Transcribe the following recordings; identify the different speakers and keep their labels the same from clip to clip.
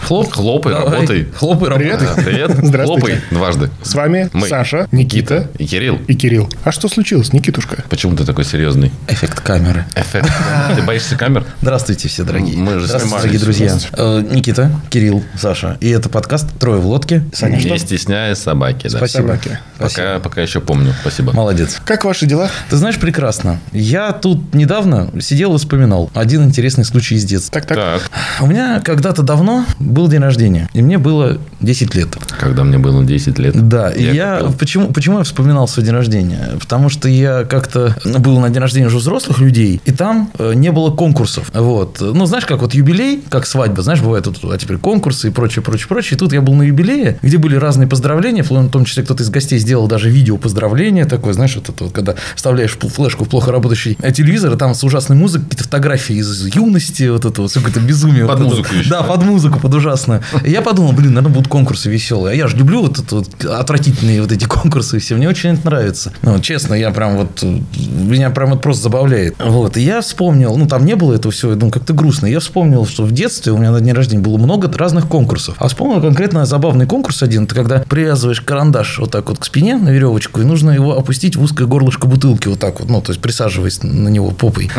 Speaker 1: Хлоп. Хлопай,
Speaker 2: Давай.
Speaker 1: работай.
Speaker 2: Хлопай,
Speaker 1: Привет.
Speaker 2: работай.
Speaker 1: Да, привет.
Speaker 3: Здравствуйте.
Speaker 1: Хлопай дважды.
Speaker 3: С вами
Speaker 1: Мы.
Speaker 3: Саша, Никита
Speaker 1: И Кирилл,
Speaker 3: и Кирилл. А что случилось, Никитушка?
Speaker 1: почему ты такой серьезный?
Speaker 2: Эффект камеры.
Speaker 1: Эффект. Ты боишься камер?
Speaker 2: Здравствуйте, все дорогие.
Speaker 1: Мы же
Speaker 2: Здравствуйте,
Speaker 1: снимались.
Speaker 2: дорогие друзья. Э, Никита, Кирилл, Саша. И это подкаст «Трое в лодке». Саня,
Speaker 1: Не стесняя собаки. да.
Speaker 2: Ну Спасибо.
Speaker 3: Собаки.
Speaker 1: Пока, пока еще помню. Спасибо.
Speaker 2: молодец.
Speaker 3: Как ваши дела?
Speaker 2: Ты знаешь прекрасно. Я тут недавно сидел и вспоминал один интересный случай из детства.
Speaker 3: Так, так.
Speaker 1: Так,
Speaker 2: У меня когда-то давно был день рождения, и мне было 10 лет.
Speaker 1: когда мне было 10 лет.
Speaker 2: Да, и я,
Speaker 1: купил.
Speaker 2: почему, почему я вспоминал свой день рождения? Потому что я как-то ну, был на день рождения уже взрослых людей, и там э, не было конкурсов. Вот. Ну, знаешь, как вот юбилей, как свадьба, знаешь, бывает тут, а теперь конкурсы и прочее, прочее, прочее. И тут я был на юбилее, где были разные поздравления, в том числе кто-то из гостей сделал даже видео поздравления такое, знаешь, вот это вот, когда вставляешь пл- флешку в плохо работающий э, телевизор, и там с ужасной музыкой какие-то фотографии из юности, вот это вот, всё какое-то безумие.
Speaker 1: Под
Speaker 2: вот это.
Speaker 1: музыку еще,
Speaker 2: Да,
Speaker 1: да?
Speaker 2: под музыку, под ужасную. И я подумал, блин, наверное, будут конкурсы веселые. А я же люблю вот это вот отвратительные вот эти конкурсы и все. Мне очень это нравится. Ну, честно, я прям вот... э, Меня прям вот просто забавляет. Вот. И я вспомнил... Ну, там не было этого всего. Я думаю, как-то грустно. Я вспомнил, что в детстве у меня на дне рождения было много разных конкурсов. А вспомнил конкретно забавный конкурс один. Это когда привязываешь карандаш вот так вот к спине на веревочку, и нужно его опустить в узкое горлышко бутылки вот так вот. Ну, то есть присаживаясь на него попой.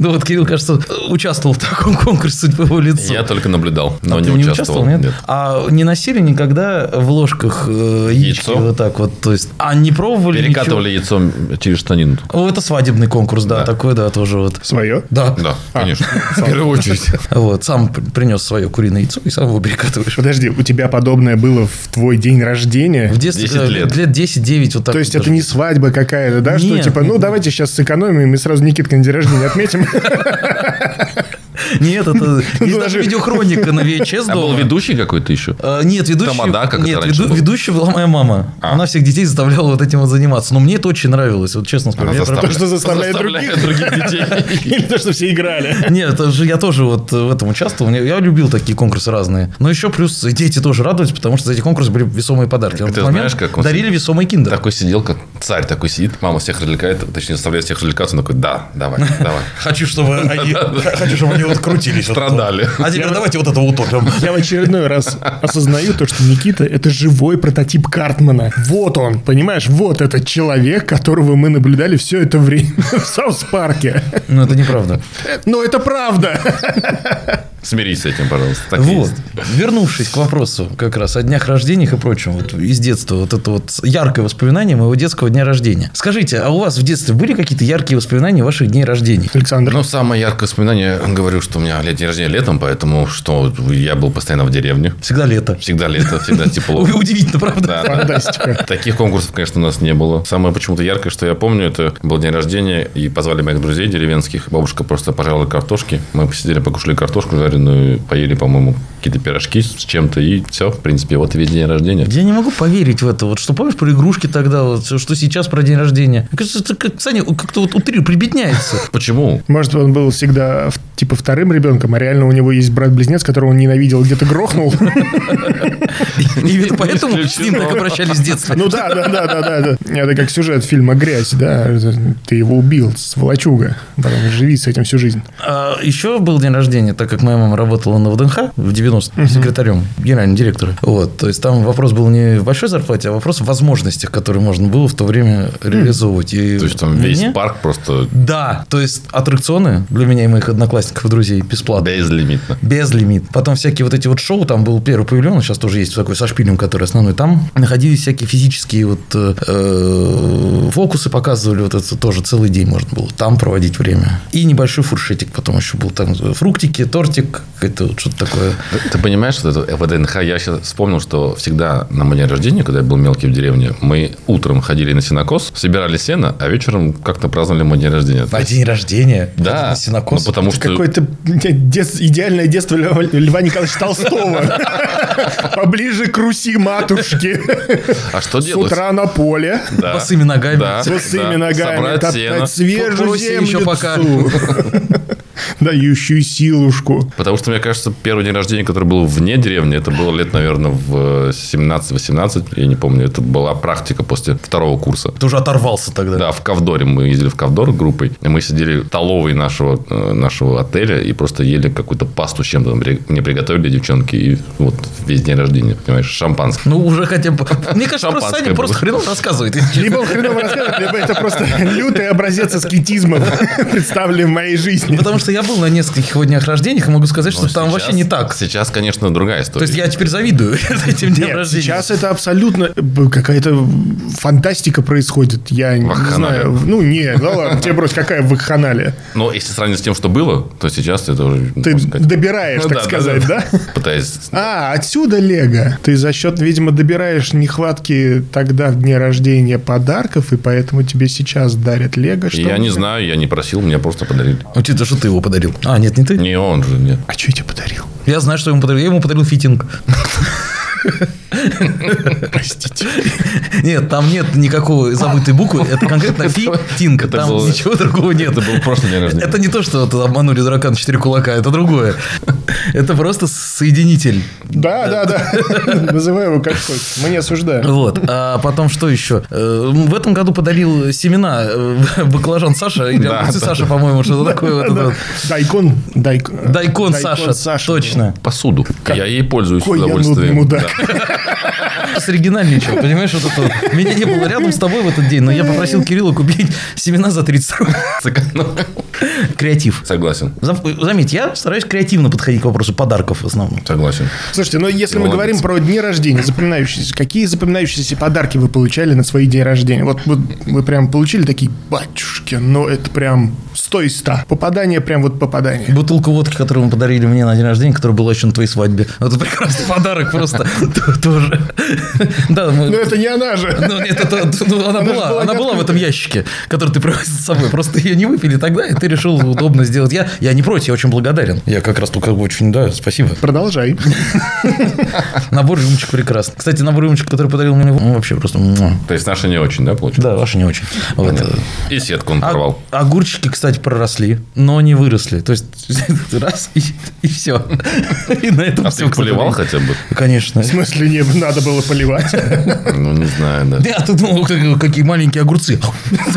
Speaker 2: Ну, вот Кирилл, кажется, участвовал в таком конкурсе судьбы его лицо.
Speaker 1: Я только наблюдал, но
Speaker 2: А
Speaker 1: не
Speaker 2: ты
Speaker 1: участвовал.
Speaker 2: нет? А не носили никогда в ложках э, яички
Speaker 1: Яйцо?
Speaker 2: вот так вот, то есть, а не пробовали
Speaker 1: Перекатывали яйцом через штанину.
Speaker 2: ничего? О, это свадебный конкурс, да,
Speaker 1: Да.
Speaker 2: такой, да, тоже вот.
Speaker 3: Свое?
Speaker 2: Да.
Speaker 1: Да, конечно. В первую очередь.
Speaker 2: Вот, сам п- принес свое куриное яйцо и сам его перекатываешь.
Speaker 3: Подожди, у тебя подобное было в твой день рождения?
Speaker 2: В детстве
Speaker 1: 10
Speaker 2: э,
Speaker 1: лет.
Speaker 2: лет 10-9 вот так.
Speaker 3: То есть
Speaker 2: вот
Speaker 3: это
Speaker 2: даже.
Speaker 3: не свадьба какая-то, да? Что
Speaker 2: Нет.
Speaker 3: типа, ну давайте сейчас сэкономим и сразу Никиткин день рождения отметим.
Speaker 2: Нет, это... Есть даже
Speaker 3: Ну, даже-
Speaker 2: видеохроника на VHS
Speaker 1: А был
Speaker 2: дома.
Speaker 1: ведущий какой-то еще?
Speaker 2: Э, Нет, ведущий...
Speaker 1: Тамада, как это
Speaker 2: нет,
Speaker 1: раньше
Speaker 2: веду-
Speaker 1: было?
Speaker 2: ведущая была моя мама.
Speaker 1: А.
Speaker 2: Она всех детей заставляла вот этим вот заниматься. Но мне это очень нравилось, вот честно скажу.
Speaker 1: Она
Speaker 2: Я прям-
Speaker 1: заставляет-
Speaker 3: что заставляет
Speaker 1: заставляет других детей.
Speaker 3: Или то, что все играли.
Speaker 2: Нет, это же я тоже вот в этом участвовал. Мне- Я любил такие конкурсы разные. Но еще плюс дети тоже радовались, потому что за эти конкурсы были весомые подарки. А в
Speaker 1: Ты
Speaker 2: тот момент
Speaker 1: знаешь, как он-
Speaker 2: дарили весомый киндер.
Speaker 1: Такой сидел, как царь такой сидит, мама всех развлекает, точнее, заставляет всех развлекаться, он такой, да, давай, давай.
Speaker 2: Хочу, чтобы они, хочу, чтобы они вот крутились. вот
Speaker 1: Страдали.
Speaker 2: тут. А теперь давайте вот это утопим.
Speaker 3: Я в очередной раз осознаю то, что Никита – это живой прототип Картмана. Вот он, понимаешь? Вот этот человек, которого мы наблюдали все это время в Саус-парке.
Speaker 2: Ну, это неправда.
Speaker 3: Но это правда.
Speaker 1: Смирись с этим, пожалуйста. Так
Speaker 2: Вот,
Speaker 1: есть.
Speaker 2: вернувшись к вопросу как раз о днях рождениях и прочем, вот из детства, вот это вот яркое воспоминание моего детского дня рождения. Скажите, а у вас в детстве были какие-то яркие воспоминания ваших дней рождения?
Speaker 3: Александр,
Speaker 1: Ну, самое яркое воспоминание, говорю, что у меня лет- день рождения летом, поэтому что я был постоянно в деревне.
Speaker 2: Всегда лето.
Speaker 1: Всегда лето, всегда тепло.
Speaker 2: Удивительно, правда?
Speaker 1: Да, да.
Speaker 3: фантастика.
Speaker 1: Таких конкурсов, конечно, у нас не было. Самое почему-то яркое, что я помню, это был день рождения, и позвали моих друзей деревенских. Бабушка просто пожарила картошки. Мы посидели, покушали картошку жареную, поели, по-моему, какие-то пирожки с чем-то, и все, в принципе, вот и весь день рождения.
Speaker 2: Я не могу поверить в это. Вот что помнишь про игрушки тогда, вот, что что сейчас про день рождения. Мне кажется, это как, Саня как-то вот утри, прибедняется.
Speaker 1: Почему?
Speaker 3: Может, он был всегда в- типа вторым ребенком, а реально у него есть брат-близнец, которого он ненавидел, где-то грохнул.
Speaker 2: И ведь поэтому с ним
Speaker 1: исключено.
Speaker 2: так обращались с детства.
Speaker 3: Ну да, да, да, да, да, да. Это как сюжет фильма «Грязь», да. Ты его убил, сволочуга. Потом живи с этим всю жизнь.
Speaker 2: А еще был день рождения, так как моя мама работала на ВДНХ в 90-м секретарем, генеральным директором. Вот, то есть там вопрос был не в большой зарплате, а вопрос в возможностях, которые можно было в то время реализовывать. И
Speaker 1: То есть там весь
Speaker 2: мне-
Speaker 1: парк просто
Speaker 2: Да, то есть аттракционы для меня и моих одноклассников и друзей бесплатно.
Speaker 1: безлимитно.
Speaker 2: Без лимит. Потом всякие вот эти вот шоу, там был первый павильон, он сейчас тоже есть такой со шпилем, который основной. Там находились всякие физические вот э, э, фокусы, показывали вот это тоже целый день можно было там проводить время. И небольшой фуршетик потом еще был там фруктики, тортик, это вот что-то такое.
Speaker 1: Ты, ты понимаешь, что это ВДНХ? Я сейчас вспомнил, что всегда на моем день рождения, когда я был мелкий в деревне, мы утром ходили на сенокос, собирали сено, а вечером как-то праздновали мой день рождения.
Speaker 2: На день рождения.
Speaker 1: Да,
Speaker 2: на сенокос.
Speaker 1: ну, потому что...
Speaker 3: Какое-то дет- идеальное детство Лева- Льва Николаевича Толстого. Поближе к Руси матушки.
Speaker 1: А что
Speaker 3: С
Speaker 1: делать?
Speaker 3: утра на поле.
Speaker 1: Да.
Speaker 2: Босыми ногами.
Speaker 1: Да.
Speaker 3: С босыми
Speaker 1: Да.
Speaker 3: ногами
Speaker 1: Собрать сено.
Speaker 3: топтать свежую
Speaker 2: Попроси
Speaker 3: землю
Speaker 2: еще пока.
Speaker 3: псу. дающую силушку.
Speaker 1: Потому что, мне кажется, первый день рождения, который был вне деревни, это было лет, наверное, в 17-18, я не помню, это была практика после второго курса.
Speaker 2: Ты уже оторвался тогда.
Speaker 1: Да, в Ковдоре мы ездили в Ковдор группой. И мы сидели в столовой нашего, э, нашего отеля и просто ели какую-то пасту с чем-то. При- Мне приготовили девчонки и вот весь день рождения, понимаешь, шампанское.
Speaker 2: Ну, уже хотя бы... Мне кажется, просто
Speaker 1: Шампанское
Speaker 2: Саня просто
Speaker 1: было.
Speaker 2: хреново рассказывает. если честно.
Speaker 3: Либо он хреново рассказывает, либо это просто лютый образец аскетизма, представленный в моей жизни.
Speaker 2: Потому что я был на нескольких его днях рождениях и могу сказать, что
Speaker 1: Но
Speaker 2: там
Speaker 1: сейчас-
Speaker 2: вообще не так.
Speaker 1: Сейчас, конечно, другая история.
Speaker 2: То есть я теперь завидую этим дням
Speaker 3: Нет,
Speaker 2: рождения.
Speaker 3: сейчас это абсолютно э, б- какая-то фантастика происходит. Я не
Speaker 1: Вакханалия.
Speaker 3: знаю. Ну, не, ну ладно, тебе брось, какая вакханалия.
Speaker 1: Но если сравнивать с тем, что было, то сейчас это уже...
Speaker 3: Ты
Speaker 1: можно сказать,
Speaker 3: добираешь,
Speaker 1: ну
Speaker 3: так сказать, да?
Speaker 1: Пытаясь...
Speaker 3: А, отсюда Лего. Ты за счет, видимо, добираешь нехватки тогда в дне рождения подарков, и поэтому тебе сейчас дарят Лего. что
Speaker 1: Я
Speaker 3: ли?
Speaker 1: не знаю, я не просил, мне просто подарили.
Speaker 2: Учитывая, что ты его подарил. А, нет, не ты.
Speaker 1: Не он же, нет.
Speaker 3: А что я тебе подарил?
Speaker 2: Я знаю, что я ему подарил. Я ему подарил фитинг.
Speaker 3: Простите.
Speaker 2: Нет, там нет никакого забытой буквы. Это конкретно фитинг.
Speaker 1: это
Speaker 2: Там
Speaker 1: было-
Speaker 2: ничего другого нет.
Speaker 1: Это был просто день рождения.
Speaker 2: Это не то, что вот обманули дурака на четыре кулака, это другое. Это просто соединитель.
Speaker 3: Да, да, да. Называй его как хочешь. Мы не осуждаем.
Speaker 2: Вот. А потом что еще? Э, В этом году подарил семена э, баклажан Саша. Или
Speaker 1: Да,
Speaker 2: огурцы
Speaker 1: да.
Speaker 2: Саша, по-моему, что-то такое. вот это вот.
Speaker 3: Дайкон. Дайкон,
Speaker 2: Дайкон Саша. Точно.
Speaker 1: Посуду. Я ей пользуюсь с
Speaker 3: Какой я нудный
Speaker 1: удовольствием.
Speaker 3: мудак.
Speaker 2: С оригинальничал, понимаешь? Вот это вот. Меня не было рядом с тобой в этот день, но я попросил Кирилла купить семена за 30 рублей.
Speaker 1: Да, сэкономил.
Speaker 2: Креатив.
Speaker 1: Согласен.
Speaker 2: Зам- Заметь, я стараюсь креативно подходить к вопросу подарков в основном.
Speaker 1: Согласен.
Speaker 3: Слушайте, но если мы
Speaker 1: Молодец.
Speaker 3: говорим про дни рождения, запоминающиеся, какие запоминающиеся подарки вы получали на свои дни рождения? Вот, вот вы прям получили такие, батюшки, но это прям 100 из 100. Попадание прям вот попадание.
Speaker 2: Бутылку водки, которую мы подарили мне на день рождения, которая была еще на твоей свадьбе. Это прекрасный подарок просто. Т- Тоже. Да, мы-
Speaker 3: Но это не она же.
Speaker 2: Ну, нет, это, ну, она,
Speaker 3: Она же
Speaker 2: была,
Speaker 3: была
Speaker 2: она
Speaker 3: не
Speaker 2: была в
Speaker 3: открыта.
Speaker 2: этом ящике, который ты привозил с собой. Просто ее не выпили тогда, и ты решил удобно сделать. Я, я не против, я очень благодарен. Я как раз только очень, да, спасибо.
Speaker 3: Продолжай.
Speaker 2: Набор рюмочек прекрасный. Кстати, набор рюмочек, который подарил мне, ну, вообще просто... муа.
Speaker 1: То есть наши не очень, да, получилось?
Speaker 2: Да, ваши не очень. Вот.
Speaker 1: И сетку он
Speaker 2: А-
Speaker 1: порвал.
Speaker 2: огурчики, кстати, проросли, но не выросли. То есть, раз, и, все. И на этом
Speaker 1: А ты
Speaker 2: все.
Speaker 1: их поливал хотя бы?
Speaker 2: Конечно.
Speaker 3: В смысле, не надо было поливать.
Speaker 1: Ну, не знаю, да.
Speaker 2: Я тут думал, как- какие маленькие огурцы.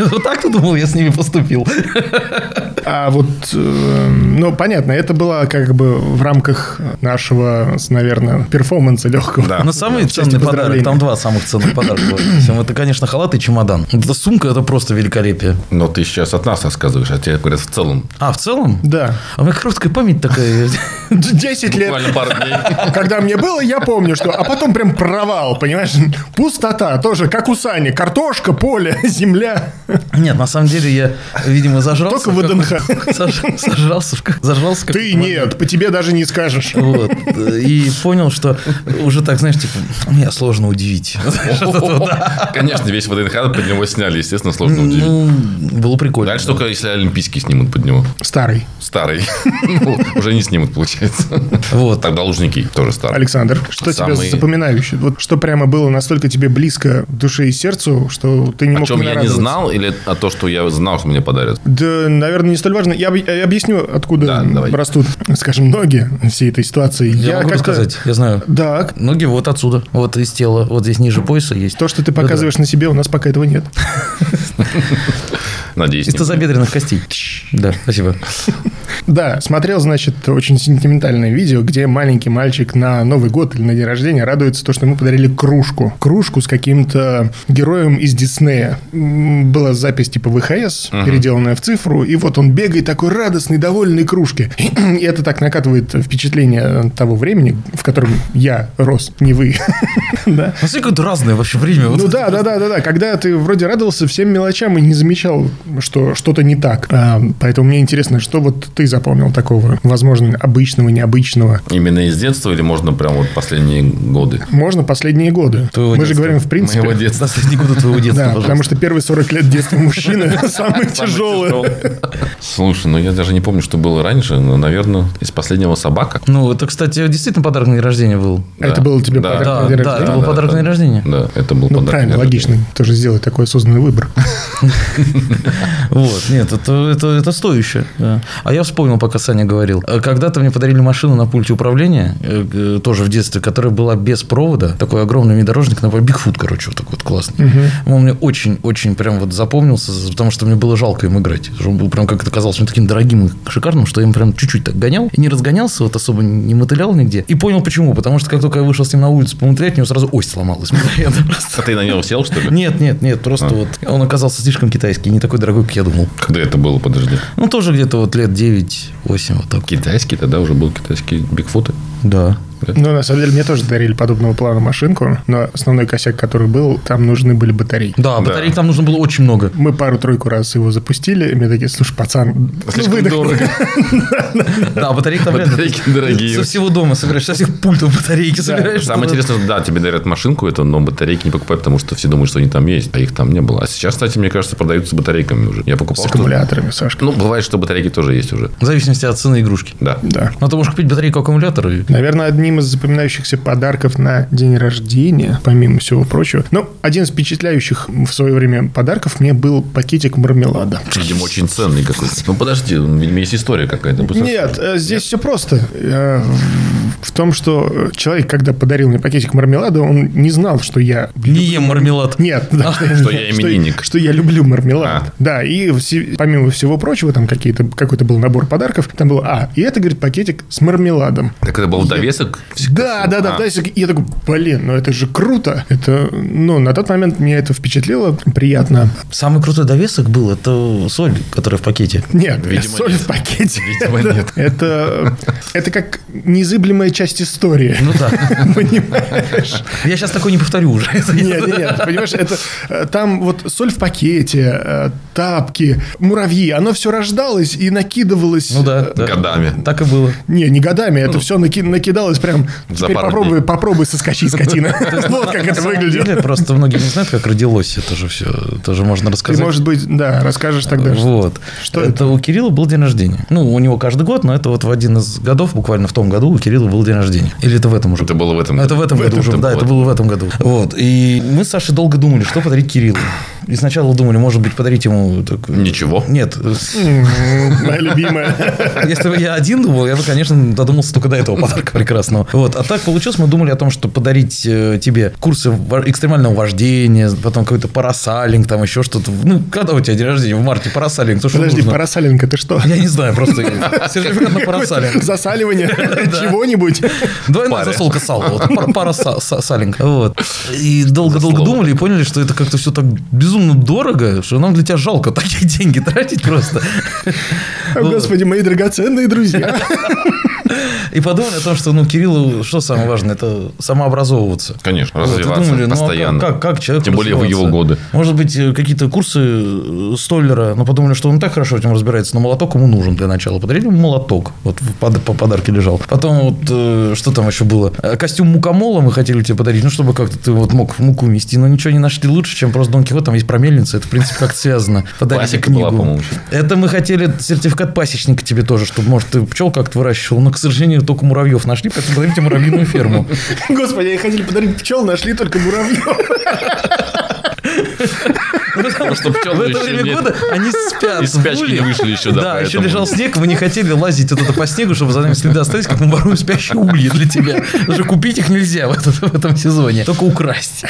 Speaker 2: Вот так ты думал, я с ними поступил.
Speaker 3: А вот, э, ну, понятно, это было как бы в рамках нашего, с, наверное, перформанса легкого.
Speaker 1: Да.
Speaker 2: Но самый
Speaker 3: части
Speaker 2: ценный подарок,
Speaker 3: поздравления.
Speaker 2: там два самых ценных подарка. было всем. Это, конечно, халат и чемодан. Эта сумка – это просто великолепие.
Speaker 1: Но ты сейчас от нас рассказываешь, а тебе говорят в целом.
Speaker 2: А, в целом?
Speaker 3: Да.
Speaker 2: А у меня короткая память такая.
Speaker 3: 10 лет.
Speaker 1: Буквально пару дней.
Speaker 3: А Когда мне было, я помню, что... А потом прям провал, понимаешь? Пустота тоже, как у Сани. Картошка, поле, земля.
Speaker 2: Нет, на самом деле я, видимо, зажрался.
Speaker 3: Только в ВДНХ.
Speaker 2: какой- сож- Сожрался. в как- Зажрался. в
Speaker 3: Ты
Speaker 2: какой-то
Speaker 3: нет, по тебе даже не скажешь.
Speaker 2: Вот. И понял, что уже так, знаешь, типа, меня сложно удивить. Знаешь, от этого, да.
Speaker 1: Конечно, весь ВДНХ под него сняли, естественно, сложно удивить.
Speaker 2: Ну, было прикольно.
Speaker 1: Дальше только если Олимпийский снимут под него.
Speaker 3: Старый.
Speaker 1: Старый. Ну, Уже не снимут, получается.
Speaker 2: Вот.
Speaker 1: Тогда Лужники тоже старый.
Speaker 3: Александр, что
Speaker 1: Самый-
Speaker 3: тебе запоминающее? Вот что прямо было настолько тебе близко душе и сердцу, что ты не
Speaker 1: О
Speaker 3: мог
Speaker 1: чем я не
Speaker 3: радоваться?
Speaker 1: знал, или о то, что я знал, что мне подарят?
Speaker 3: Да, наверное, не столь важно. Я, объ- я объясню,
Speaker 1: Да,
Speaker 3: откуда
Speaker 1: давай.
Speaker 3: растут, скажем, ноги всей этой ситуации.
Speaker 2: Я, могу
Speaker 3: как-то-
Speaker 2: рассказать, я знаю.
Speaker 3: Так,
Speaker 2: Ноги вот отсюда, вот из тела, вот здесь ниже пояса есть.
Speaker 3: то, что ты показываешь на себе, у нас пока этого нет.
Speaker 1: Надеюсь,
Speaker 2: Из
Speaker 1: не.
Speaker 2: тазобедренных костей. Да, спасибо.
Speaker 3: Да, смотрел, значит, очень сентиментальное видео, где маленький мальчик на Новый год или на день рождения радуется то, что ему подарили кружку. Кружку с каким-то героем из Диснея. М, Была запись типа ВХС, переделанная в цифру, и вот он бегает такой радостный, довольный кружки. И это так накатывает впечатление того времени, в котором я рос, не вы. Да.
Speaker 2: Ну, все какое-то разное вообще время.
Speaker 3: Ну
Speaker 2: Вот.
Speaker 3: да, да, да, да, да. Когда ты вроде радовался всем мелочам и не замечал, что что-то не так. А, поэтому мне интересно, что вот ты запомнил такого, возможно, обычного, необычного.
Speaker 1: Именно из детства или можно прям вот последние годы?
Speaker 3: Можно последние годы.
Speaker 2: Твоего
Speaker 3: Мы же
Speaker 2: детства.
Speaker 3: говорим в принципе.
Speaker 1: Моего
Speaker 2: С
Speaker 1: детства.
Speaker 2: последние годы твоего детства,
Speaker 3: Да,
Speaker 2: пожалуйста.
Speaker 3: потому что первые 40 лет детства мужчины самые тяжелые.
Speaker 1: Слушай, ну я даже не помню, что было раньше, но, наверное, из последнего собака.
Speaker 2: Ну, это, кстати, действительно подарок на день рождения был.
Speaker 1: Да.
Speaker 3: Это был тебе
Speaker 1: Да,
Speaker 3: подарок
Speaker 2: Да,
Speaker 3: на день
Speaker 2: да, это
Speaker 3: рождения?
Speaker 2: был
Speaker 1: да,
Speaker 2: подарок
Speaker 1: да.
Speaker 2: на день рождения.
Speaker 1: Да, это был
Speaker 3: Ну,
Speaker 1: подарок.
Speaker 3: правильно,
Speaker 1: для
Speaker 3: логично.
Speaker 1: рождения.
Speaker 3: Тоже сделать такой осознанный выбор.
Speaker 2: Вот, нет, это, это, это стоящее. да. А я вспомнил, пока Саня говорил. Э, Когда-то мне подарили машину на пульте управления, э, э, тоже в детстве, которая была без провода. Такой огромный внедорожник, например, Бигфут, короче, вот такой вот классный. Он мне очень-очень прям вот запомнился, за- потому что мне было жалко им играть. Потому что Он был прям, как это казалось, мне таким дорогим и шикарным, что я им прям чуть-чуть так гонял. И не разгонялся, вот особо не мотылял нигде. И понял почему. Потому что как только я вышел с ним на улицу помутрять, у него сразу ось сломалась. Я просто-
Speaker 1: А ты на него сел, что ли?
Speaker 2: Нет, нет, нет, просто
Speaker 1: А.
Speaker 2: вот он оказался слишком китайский, не такой дорогой, как я думал.
Speaker 1: Когда это было, подожди.
Speaker 2: Ну, тоже где-то вот лет 9-8 вот так.
Speaker 1: Китайский тогда уже был китайский бигфуты.
Speaker 2: Да.
Speaker 3: Ну, на самом деле, мне тоже дарили подобного плана машинку, но основной косяк, который был, там нужны были батарейки.
Speaker 2: Да, батареек там нужно было очень много.
Speaker 3: Мы пару-тройку раз его запустили, и мне такие, слушай, пацан,
Speaker 1: Слишком
Speaker 3: выдохни».
Speaker 1: дорого.
Speaker 2: Да, а батарейки там реально-
Speaker 1: Батарейки дорогие.
Speaker 2: Со всего дома собираешь, со всех пультов батарейки собираешь.
Speaker 1: Самое
Speaker 2: чтобы-
Speaker 1: интересное, что, да, тебе дарят машинку эту, но батарейки не покупай, потому что все думают, что они там есть, а их там не было. А сейчас, кстати, мне кажется, продаются с батарейками уже. Я покупал.
Speaker 3: С
Speaker 1: что-
Speaker 3: аккумуляторами, Сашка.
Speaker 1: Ну, бывает, что батарейки тоже есть уже.
Speaker 2: В зависимости от цены игрушки.
Speaker 1: Да.
Speaker 3: Да.
Speaker 2: Ну, ты можешь купить батарейку аккумулятора. и-
Speaker 3: Наверное, одним из запоминающихся подарков на день рождения, помимо всего прочего. Ну, один из впечатляющих в свое время подарков мне был пакетик мармелада.
Speaker 1: Видимо, очень ценный какой-то. Ну, подожди, видимо, есть история какая-то. Пусть-
Speaker 3: Нет, э, здесь все просто. Э, В том, что э, человек, когда подарил мне пакетик мармелада, он не знал, что я...
Speaker 2: Не ем мармелад.
Speaker 3: Нет, да,
Speaker 1: Что я именинник.
Speaker 3: Что я люблю мармелад.
Speaker 1: А.
Speaker 3: Да, и все- помимо всего прочего, там какие-то, какой-то был набор подарков. Там было, а, и это, говорит, пакетик с мармеладом.
Speaker 1: Так это был довесок?
Speaker 3: Да, да, да,
Speaker 1: А.
Speaker 3: да. если- Я такой, блин, ну это же круто. Это, ну, на тот момент меня это впечатлило, приятно.
Speaker 2: Самый крутой довесок был, это соль, которая в пакете.
Speaker 3: Нет,
Speaker 1: Видимо,
Speaker 3: соль
Speaker 1: нет.
Speaker 3: в пакете.
Speaker 1: Видимо,
Speaker 3: это,
Speaker 1: нет.
Speaker 3: Это, это как незыблемая часть истории.
Speaker 2: Ну да.
Speaker 3: Понимаешь?
Speaker 2: Я сейчас такой не повторю уже.
Speaker 3: Нет, нет, нет, понимаешь, это э, там вот соль в пакете, э, тапки, муравьи, оно все рождалось и накидывалось. э,
Speaker 2: Ну да. Ну. да.
Speaker 1: Годами.
Speaker 2: Так и было.
Speaker 3: Не, не годами, это все накидалось прям. Теперь
Speaker 1: пару
Speaker 3: попробуй,
Speaker 1: дней.
Speaker 3: попробуй соскочи, скотина. Вот как
Speaker 2: На
Speaker 3: это
Speaker 2: самом
Speaker 3: выглядит.
Speaker 2: деле, просто многие не знают, как родилось это же все. Это же можно
Speaker 3: Ты,
Speaker 2: рассказать.
Speaker 3: может быть, да, расскажешь тогда. что-
Speaker 2: Вот.
Speaker 3: что
Speaker 2: это? у Кирилла был день рождения. Ну, у него каждый год, но это вот в один из годов, буквально в том году, у Кирилла был день рождения. Или это в этом уже? Ну,
Speaker 1: Это было в этом
Speaker 2: Это в этом году уже,
Speaker 1: это
Speaker 2: да,
Speaker 1: было.
Speaker 2: это было в этом году. Вот. И мы с Сашей долго думали, что подарить Кириллу. И сначала думали, может быть, подарить ему... так-
Speaker 1: Ничего.
Speaker 2: Нет,
Speaker 3: М, Моя любимая.
Speaker 2: если бы я один думал, я бы, конечно, додумался только до этого подарка прекрасного. Вот. А так получилось, мы думали о том, что подарить э, тебе курсы во- экстремального вождения, потом какой-то парасалинг, там еще что-то. Ну, когда у тебя день рождения? В марте парасалинг. То, что
Speaker 3: Подожди,
Speaker 2: нужно.
Speaker 3: парасалинка, ты что?
Speaker 2: Я не знаю, просто я- сертификат на парасалинг.
Speaker 3: Засаливание чего-нибудь.
Speaker 2: Двойная
Speaker 1: Пары.
Speaker 2: засолка сала. Вот, пар- пара са- са- салинг. Вот. И долго-долго
Speaker 1: слово.
Speaker 2: думали и поняли, что это как-то все так безумно дорого, что нам для тебя жалко такие деньги тратить просто.
Speaker 3: О,
Speaker 2: Ну.
Speaker 3: Господи, мои драгоценные друзья.
Speaker 2: И подумали о том, что ну Кириллу что самое важное, это самообразовываться.
Speaker 1: Конечно,
Speaker 2: Вот, и
Speaker 1: развиваться
Speaker 2: думали, ну, а как-
Speaker 1: постоянно.
Speaker 2: как, как человек
Speaker 1: Тем более в его
Speaker 2: развиваться?
Speaker 1: годы.
Speaker 2: Может быть, э, какие-то курсы э, Стойлера, но подумали, что он и так хорошо этим разбирается, но молоток ему нужен для начала. Подарили ему молоток, вот в под- по подарке лежал. Потом вот, э, что там еще было? Э, Костюм мукомола мы хотели тебе подарить, ну, чтобы как-то ты вот мог муку мести, но ничего не нашли лучше, чем просто Дон Кихот, там есть про мельницу, это, в принципе, как связано. Подарили
Speaker 1: Классика
Speaker 2: книгу.
Speaker 1: была, по-моему, еще.
Speaker 2: Это мы хотели сертификат пасечника тебе тоже, чтобы, может, ты пчел как-то выращивал, но, к сожалению, только муравьев нашли, поэтому подарим тебе муравьиную ферму.
Speaker 3: Господи, они хотели подарить пчел, нашли только муравьев.
Speaker 2: Потому
Speaker 1: что пчелы
Speaker 2: в это
Speaker 1: еще
Speaker 2: время
Speaker 1: нет.
Speaker 2: года они спят.
Speaker 1: Из спячки
Speaker 2: сдули.
Speaker 1: не вышли еще, да,
Speaker 2: Да, еще
Speaker 1: поэтому.
Speaker 2: лежал снег, вы не хотели лазить вот это по снегу, чтобы за нами следы остались, как мы воруем спящие ульи для тебя. Даже купить их нельзя в, этот- в этом сезоне, только украсть.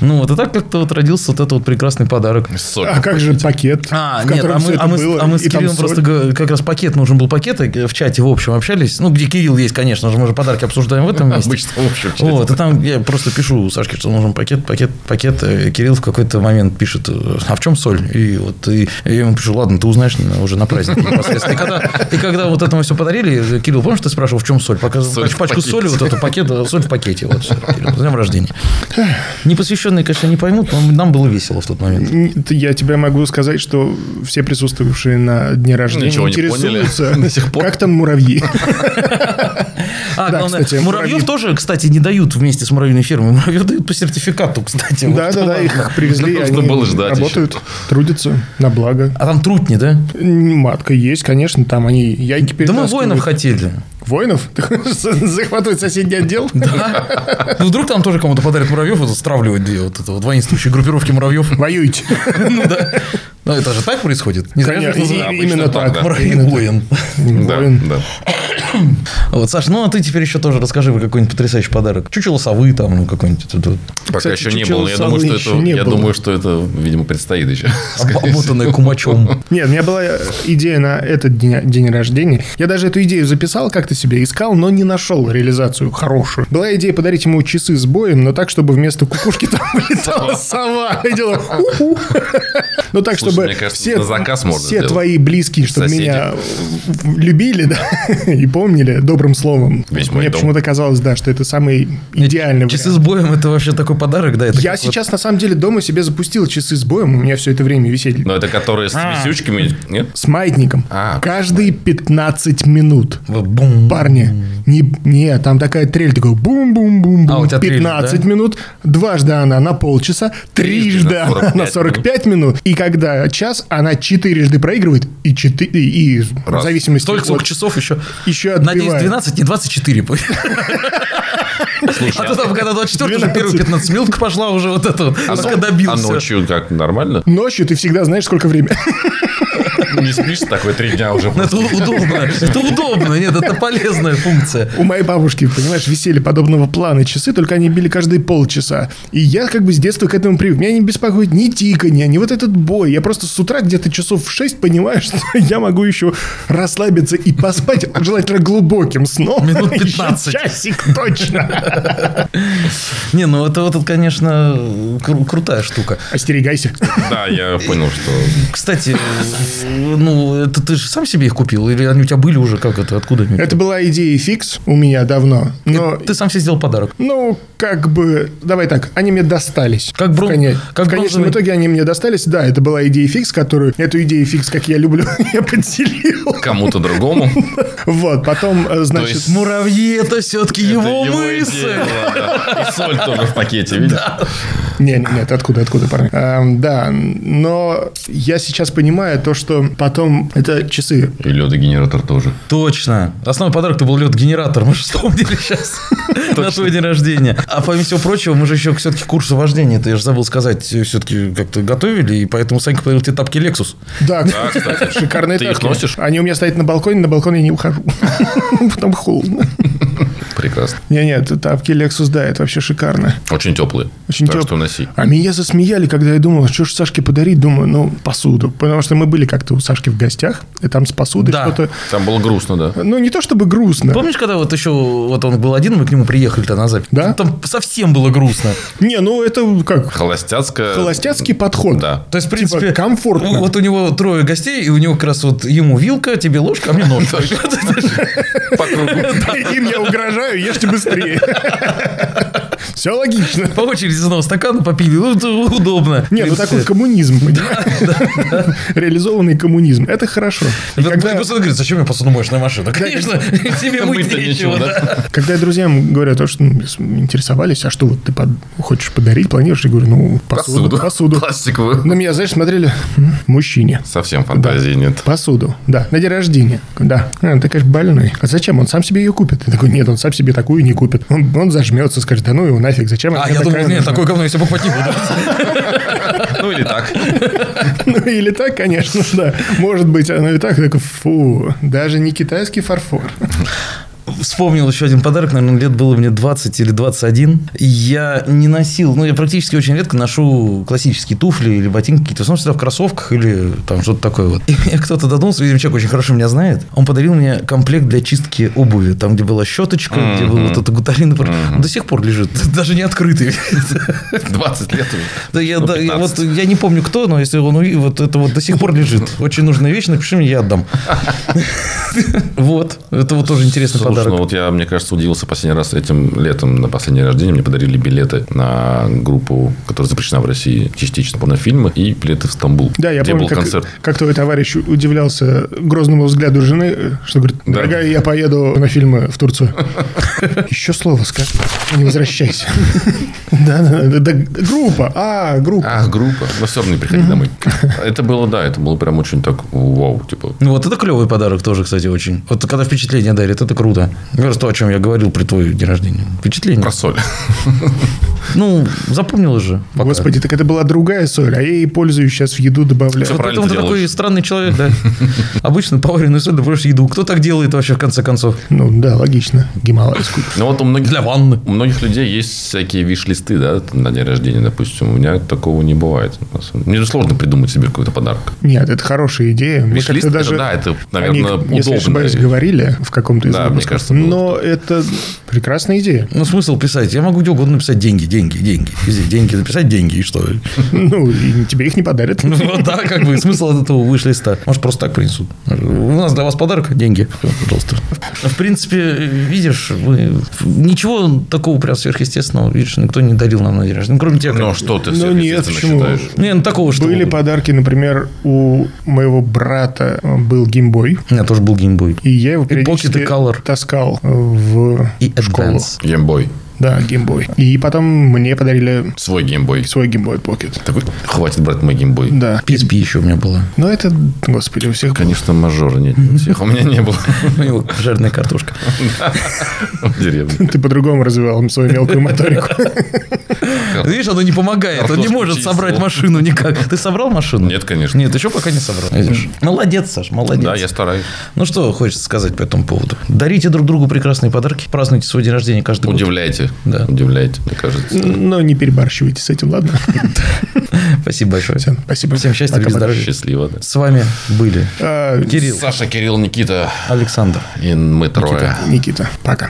Speaker 2: Ну вот, и так как-то вот родился вот этот вот прекрасный подарок.
Speaker 1: Сок.
Speaker 3: А как же пакет,
Speaker 2: А,
Speaker 3: в
Speaker 2: нет, а
Speaker 3: котором
Speaker 2: мы,
Speaker 3: все
Speaker 2: а
Speaker 3: это
Speaker 2: мы с-
Speaker 3: было?
Speaker 2: а мы с
Speaker 3: и там
Speaker 2: Кириллом
Speaker 3: соль?
Speaker 2: просто г- как раз пакет нужен был пакет, и в чате в общем общались. Ну, где Кирилл есть, конечно же, мы же подарки обсуждаем в этом месте.
Speaker 1: Обычно в общем чате.
Speaker 2: Вот, и там я просто пишу Сашке, что нужен пакет, пакет, пакет. И Кирилл в какой-то момент пишет, а в чем соль? И вот и, я ему пишу, ладно, ты узнаешь наверное, уже на праздник непосредственно. И когда, и когда вот этому все подарили, э, Кирилл, помнишь, ты спрашивал, в чем соль? Показывал
Speaker 1: Соль
Speaker 2: пач-
Speaker 1: в
Speaker 2: пачку
Speaker 1: пакете.
Speaker 2: соли, вот эту пакет, э, соль в пакете. Вот, всё, Кирилл, с днем рождения. Непосвященные, конечно, не поймут, но нам было весело в тот момент.
Speaker 3: Н- Я тебе могу сказать, что все присутствовавшие на дне рождения
Speaker 1: Ну, Ничего не
Speaker 3: интересуются,
Speaker 1: поняли до сих пор.
Speaker 3: как там муравьи.
Speaker 2: А,
Speaker 3: Да,
Speaker 2: главное,
Speaker 3: кстати,
Speaker 2: муравьев
Speaker 3: муравьи-
Speaker 2: тоже, кстати, не дают вместе с муравьиной фермой. Муравьев дают по сертификату, кстати. Вот.
Speaker 3: Да-да-да, их привезли,
Speaker 1: Нужно
Speaker 3: они
Speaker 1: было ждать
Speaker 3: работают, трудятся на благо.
Speaker 2: А там трутни, да?
Speaker 3: М, Матка есть, конечно, там они яйки
Speaker 2: Да мы воинов
Speaker 3: перетаскивают.
Speaker 2: хотели.
Speaker 3: Воинов? Ты хочешь захватывать соседний отдел?
Speaker 2: Да. Ну, вдруг там тоже кому-то подарят муравьев, вот стравливать две вот это вот воинствующие группировки муравьев.
Speaker 3: Воюйте.
Speaker 2: Ну да. Ну, это же так происходит. Не зря же их
Speaker 3: Конечно,
Speaker 2: называют
Speaker 3: и- именно
Speaker 1: Обычно так,
Speaker 3: так.
Speaker 1: да.
Speaker 2: муравьи
Speaker 3: Именно
Speaker 2: воин.
Speaker 1: Да,
Speaker 3: Воин.
Speaker 1: да.
Speaker 2: Вот, Саш, ну а ты теперь еще тоже расскажи про какой-нибудь потрясающий подарок. Чучело совы там, ну какой-нибудь. это вот
Speaker 1: Пока
Speaker 3: Кстати,
Speaker 1: еще не
Speaker 3: чучело
Speaker 1: было, но я
Speaker 3: совы
Speaker 1: думаю, что
Speaker 3: еще
Speaker 1: это,
Speaker 3: не
Speaker 1: я
Speaker 3: было.
Speaker 1: думаю, что это, видимо, предстоит еще.
Speaker 2: А Обмотанное кумачом.
Speaker 3: Нет, у меня была э, идея на этот день, день рождения. Я даже эту идею записал, как-то себе искал, но не нашел реализацию хорошую. Была идея подарить ему часы с боем, но так, чтобы вместо кукушки там вылетала сова. И делала «ху-ху». Ну так,
Speaker 1: Слушай,
Speaker 3: чтобы
Speaker 1: мне кажется,
Speaker 3: все,
Speaker 1: на заказ можно
Speaker 3: все
Speaker 1: сделать.
Speaker 3: твои близкие, чтобы
Speaker 1: Соседи.
Speaker 3: меня любили, да, и помнили добрым словом.
Speaker 1: Весь мой
Speaker 3: Мне
Speaker 1: дом.
Speaker 3: почему-то казалось, да, что это самый идеальный
Speaker 2: Часы
Speaker 3: вариант.
Speaker 2: с боем это вообще такой подарок, да? это
Speaker 3: Я
Speaker 2: как вот-
Speaker 3: сейчас, на самом деле, дома себе запустил часы с боем, у меня все это время висели.
Speaker 1: Но это которые с висючками, нет?
Speaker 3: С маятником.
Speaker 1: А,
Speaker 3: Каждые 15 минут.
Speaker 2: вот бум.
Speaker 3: Парни, не, не, там такая трель, такой бум-бум-бум-бум.
Speaker 2: А, у тебя
Speaker 3: 15
Speaker 2: трель, да?
Speaker 3: минут, дважды она на полчаса, трижды
Speaker 1: Трижды на
Speaker 3: она на
Speaker 1: 45
Speaker 3: 45 минут. И когда час, она четырежды проигрывает, и, четы- и, и в
Speaker 1: Раз.
Speaker 3: зависимости
Speaker 2: Столько
Speaker 3: от...
Speaker 2: сколько часов еще.
Speaker 3: Еще
Speaker 2: Надеюсь,
Speaker 3: отбивает.
Speaker 2: 12, не 24. будет. А то там, когда 24, уже первые 15 минут пошла уже вот это вот.
Speaker 1: А
Speaker 2: Пока
Speaker 1: ну- А
Speaker 2: добился.
Speaker 1: ночью как, нормально?
Speaker 3: Ночью ты всегда знаешь, сколько времени.
Speaker 1: Не спишь такой три дня уже.
Speaker 2: Ну, Это у- удобно. Это удобно. Нет, это полезная функция.
Speaker 3: У моей бабушки, понимаешь, висели подобного плана часы, только они били каждые полчаса. И я как бы с детства к этому привык. Меня не беспокоит ни тиканье, ни вот этот бой. Я просто с утра где-то часов в 6 понимаю, что я могу еще расслабиться и поспать, желательно глубоким сном.
Speaker 2: Минут
Speaker 3: Еще
Speaker 2: 15.
Speaker 3: часик точно.
Speaker 2: Не, ну это вот, это, конечно, кру- крутая штука.
Speaker 3: Остерегайся.
Speaker 1: Да, я понял, что...
Speaker 2: Кстати, э, ну, это ты же сам себе их купил? Или они у тебя были уже? Как это? Откуда они? у тебя?
Speaker 3: Это была идея фикс у меня давно. Но,
Speaker 2: Ты сам себе сделал подарок.
Speaker 3: ну, как бы, давай так, они мне достались.
Speaker 2: Как брон-
Speaker 3: В коне-
Speaker 2: как
Speaker 3: в конечном
Speaker 2: бронзовый-
Speaker 3: итоге они мне достались. Да, это была идея фикс, которую... Эту идею фикс, как я люблю, я подселил.
Speaker 1: Кому-то другому.
Speaker 3: Вот, потом, э, значит...
Speaker 1: есть-
Speaker 2: Муравьи, это все-таки его
Speaker 1: Это идея
Speaker 2: мысль.
Speaker 1: была, да. И соль тоже в пакете, видишь?
Speaker 3: Не, не, нет, откуда, откуда, парни? Эм, да, но я сейчас понимаю то, что потом это часы.
Speaker 1: И ледогенератор тоже.
Speaker 2: Точно. Основной подарок-то был лед-генератор. Мы же вспомнили сейчас на твой день рождения. А помимо всего прочего, мы же еще все-таки курсы вождения. Это я же забыл сказать, все-таки как-то готовили. И поэтому Санька подарил тебе тапки Lexus.
Speaker 3: Да,
Speaker 1: Да, А, кстати.
Speaker 3: шикарные
Speaker 1: Ты их
Speaker 3: тапки.
Speaker 1: носишь?
Speaker 3: Они у меня стоят на балконе, на балкон я не ухожу. Потом холодно.
Speaker 1: Прекрасно.
Speaker 3: Не, нет, тапки Lexus, да, это вообще шикарно.
Speaker 1: Очень теплые.
Speaker 3: Очень
Speaker 1: так
Speaker 3: тёп-
Speaker 1: что носи.
Speaker 3: А меня засмеяли, когда я думал, что же Сашке подарить? Думаю, ну, посуду. Потому что мы были как-то у Сашки в гостях, и там с посудой
Speaker 2: Да.
Speaker 3: что-то...
Speaker 1: Там было грустно, да.
Speaker 3: Ну, не то чтобы грустно.
Speaker 2: Помнишь, когда вот еще вот он был один, мы к нему приехали-то на запись?
Speaker 3: Да.
Speaker 2: Там совсем было грустно.
Speaker 3: Не, ну, это как...
Speaker 1: Холостяцкая...
Speaker 3: Холостяцкий подход.
Speaker 1: Э, Да.
Speaker 2: То есть, в принципе,
Speaker 3: Типа комфортно.
Speaker 2: у- Вот у него трое гостей, и у него как раз вот ему вилка, тебе ложка, а мне нож.
Speaker 1: По кругу.
Speaker 3: Им я угрожаю, ешьте быстрее. Все логично.
Speaker 2: По очереди снова стакан попили. Ну, это удобно.
Speaker 3: Не, ну такой коммунизм, понимаешь? Реализованный коммунизм. Это хорошо. И
Speaker 2: Этот
Speaker 3: когда-
Speaker 2: Гусар говорит, зачем я посуду моешь на машину? Конечно, тебе мыть
Speaker 1: Мыть-то
Speaker 2: нечего,
Speaker 1: нечего,
Speaker 2: да.
Speaker 3: Когда я друзьям говорю то, что ну, интересовались, а что вот ты под- хочешь подарить, планируешь, я говорю, ну, посуду, посуду.
Speaker 1: Пластиковую.
Speaker 3: На меня, знаешь, смотрели, «М, мужчине.
Speaker 1: Совсем фантазии нет.
Speaker 3: Посуду. Да, на день рождения. Да. А, ты, конечно, больной. А зачем? Он сам себе ее купит. Я такой, нет, он сам себе такую не купит. Он, он зажмется, скажет, да ну его нафиг, зачем?
Speaker 2: А
Speaker 3: она мне
Speaker 2: я
Speaker 3: такая
Speaker 2: думал, нет,
Speaker 3: нужна?»
Speaker 2: такое говно я себе покупать не буду.
Speaker 1: Ну или так.
Speaker 3: Ну, или так, конечно, да. Может быть, оно и так. Так, фу, даже не китайский фарфор.
Speaker 2: Вспомнил еще один подарок, наверное, лет было мне 20 или 21. Я не носил, ну, я практически очень редко ношу классические туфли или ботинки какие-то. В основном всегда в кроссовках или там что-то такое вот. И мне кто-то додумался, видимо, человек очень хорошо меня знает. Он подарил мне комплект для чистки обуви. Там, где была щеточка, где был вот этот гуталин. До сих пор лежит, даже не открытый.
Speaker 1: 20 лет уже.
Speaker 2: Да я,
Speaker 1: Ну,
Speaker 2: да, я
Speaker 1: 15.
Speaker 2: вот, я не помню кто, но если он уви- вот это вот до сих пор лежит. Очень нужная вещь, напиши мне, я отдам. Вот, это вот тоже интересный
Speaker 1: Слушай, ну
Speaker 2: подарок.
Speaker 1: вот я, мне кажется, удивился последний раз этим летом на последнее рождение. Мне подарили билеты на группу, которая запрещена в России частично порнофильмы, и билеты в Стамбул.
Speaker 3: Да, я
Speaker 1: где
Speaker 3: помню,
Speaker 1: был
Speaker 3: как,
Speaker 1: концерт.
Speaker 3: как твой товарищ удивлялся грозному взгляду жены, э, что говорит,
Speaker 1: Да.
Speaker 3: дорогая, я поеду на фильмы в Турцию. Еще слово скажи, не возвращайся. Да, да, да, да, группа, а, группа.
Speaker 1: Ах, группа. Но все равно не приходи домой. Это было, да, это было прям очень так вау, типа.
Speaker 2: Ну вот это клевый подарок тоже, кстати, очень. Вот когда впечатление дарит, это круто. да. Как раз то, о чем я говорил при твоем день рождения. Впечатление.
Speaker 1: Про соль.
Speaker 2: Ну, запомнилось же. пока.
Speaker 3: Господи, так это была другая соль, а я ей пользуюсь сейчас в еду добавляю.
Speaker 1: Всё.
Speaker 2: Вот
Speaker 1: правильно
Speaker 2: поэтому
Speaker 1: ты
Speaker 2: ты такой
Speaker 1: делаешь.
Speaker 2: странный человек, да. Обычно поваренную соль добавляешь в еду. Кто так делает вообще, в конце концов?
Speaker 3: Ну да, логично. Гималайскую.
Speaker 1: Ну вот у многих...
Speaker 2: Для ванны.
Speaker 1: У многих людей есть всякие виш-листы, да, на день рождения, допустим. У меня такого не бывает. на самом деле. Мне же сложно придумать себе какой-то подарок.
Speaker 3: Нет, это хорошая идея. Мы
Speaker 1: Виш-лист,
Speaker 3: как-то
Speaker 1: это-
Speaker 3: даже
Speaker 1: да, это,
Speaker 3: о
Speaker 1: наверное,
Speaker 3: ней,
Speaker 1: удобно.
Speaker 3: Если ошибаюсь, говорили в каком-то из
Speaker 1: Да, мне
Speaker 3: выпусков.
Speaker 1: кажется, было
Speaker 3: Но это прекрасная идея.
Speaker 2: Ну, смысл писать? Я могу где угодно написать деньги, деньги, деньги. Везде деньги написать, деньги, и что?
Speaker 3: Ну, и тебе их не подарят.
Speaker 2: Ну, вот да, как бы смысл от этого виш-листа. Может, просто так принесут. У нас для вас подарок – деньги. Всё, Пожалуйста. В принципе, видишь, вы- ничего такого прям сверхъестественного, видишь, никто не дарил нам на день рождения. Ну, кроме тебя.
Speaker 1: Ну,
Speaker 2: как-
Speaker 1: что ты
Speaker 3: Ну,
Speaker 1: все
Speaker 3: нет, почему?
Speaker 1: считаешь?
Speaker 2: Не, ну, такого, что...
Speaker 3: Были подарки, например, у моего брата э, был геймбой.
Speaker 2: У меня тоже был геймбой.
Speaker 3: И я его
Speaker 2: Pocket и
Speaker 3: периодически
Speaker 2: Color.
Speaker 3: таскал э, в
Speaker 2: И
Speaker 3: школу.
Speaker 2: Advance.
Speaker 1: Геймбой.
Speaker 3: Да, геймбой. И потом мне подарили
Speaker 1: Свой геймбой.
Speaker 3: свой геймбой Pocket.
Speaker 1: Такой, хватит брать мой геймбой.
Speaker 3: Да.
Speaker 2: PSP еще у меня была.
Speaker 3: Но это, господи, у всех...
Speaker 1: Конечно, мажор. Нет, не у всех. У меня не было
Speaker 2: У него жареная картошка.
Speaker 1: в деревне.
Speaker 3: Ты по-другому развивал свою мелкую моторику.
Speaker 2: Видишь, оно не помогает. Он не
Speaker 1: Картошку
Speaker 2: может
Speaker 1: чистил.
Speaker 2: собрать машину никак. Ты собрал машину?
Speaker 1: Нет, конечно.
Speaker 2: Нет, еще пока не собрал. Видишь? Молодец, Саш, молодец.
Speaker 1: Да, я стараюсь.
Speaker 2: Ну, что хочется сказать по этому поводу? Дарите друг другу прекрасные подарки, празднуйте свой день рождения каждый год.
Speaker 1: Удивляйте.
Speaker 2: Да.
Speaker 1: Удивляйте, мне кажется.
Speaker 3: Но не перебарщивайте с этим, ладно?
Speaker 2: Спасибо большое.
Speaker 3: Всё, спасибо.
Speaker 2: Всем счастья,
Speaker 3: Пока,
Speaker 2: любви, здоровья.
Speaker 1: Счастливо, да.
Speaker 2: С вами были
Speaker 3: А,
Speaker 2: Кирилл,
Speaker 1: Саша, Кирилл, Никита
Speaker 2: Александр.
Speaker 1: и мы трое.
Speaker 3: Никита, пока.